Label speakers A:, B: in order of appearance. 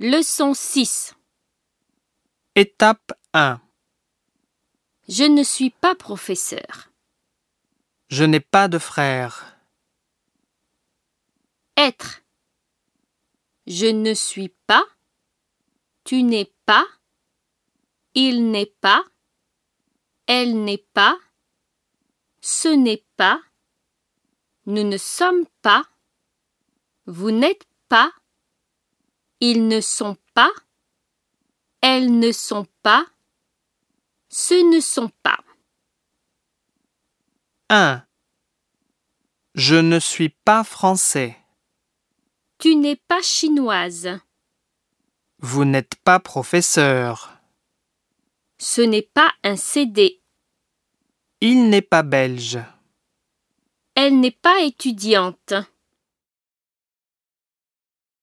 A: Leçon 6.
B: Étape 1.
A: Je ne suis pas professeur.
B: Je n'ai pas de frère.
A: Être. Je ne suis pas. Tu n'es pas. Il n'est pas. Elle n'est pas. Ce n'est pas. Nous ne sommes pas. Vous n'êtes pas. Ils ne sont pas. Elles ne sont pas. Ce ne sont pas.
B: 1. Je ne suis pas français.
A: Tu n'es pas chinoise.
B: Vous n'êtes pas professeur.
A: Ce n'est pas un CD.
B: Il n'est pas belge.
A: Elle n'est pas étudiante.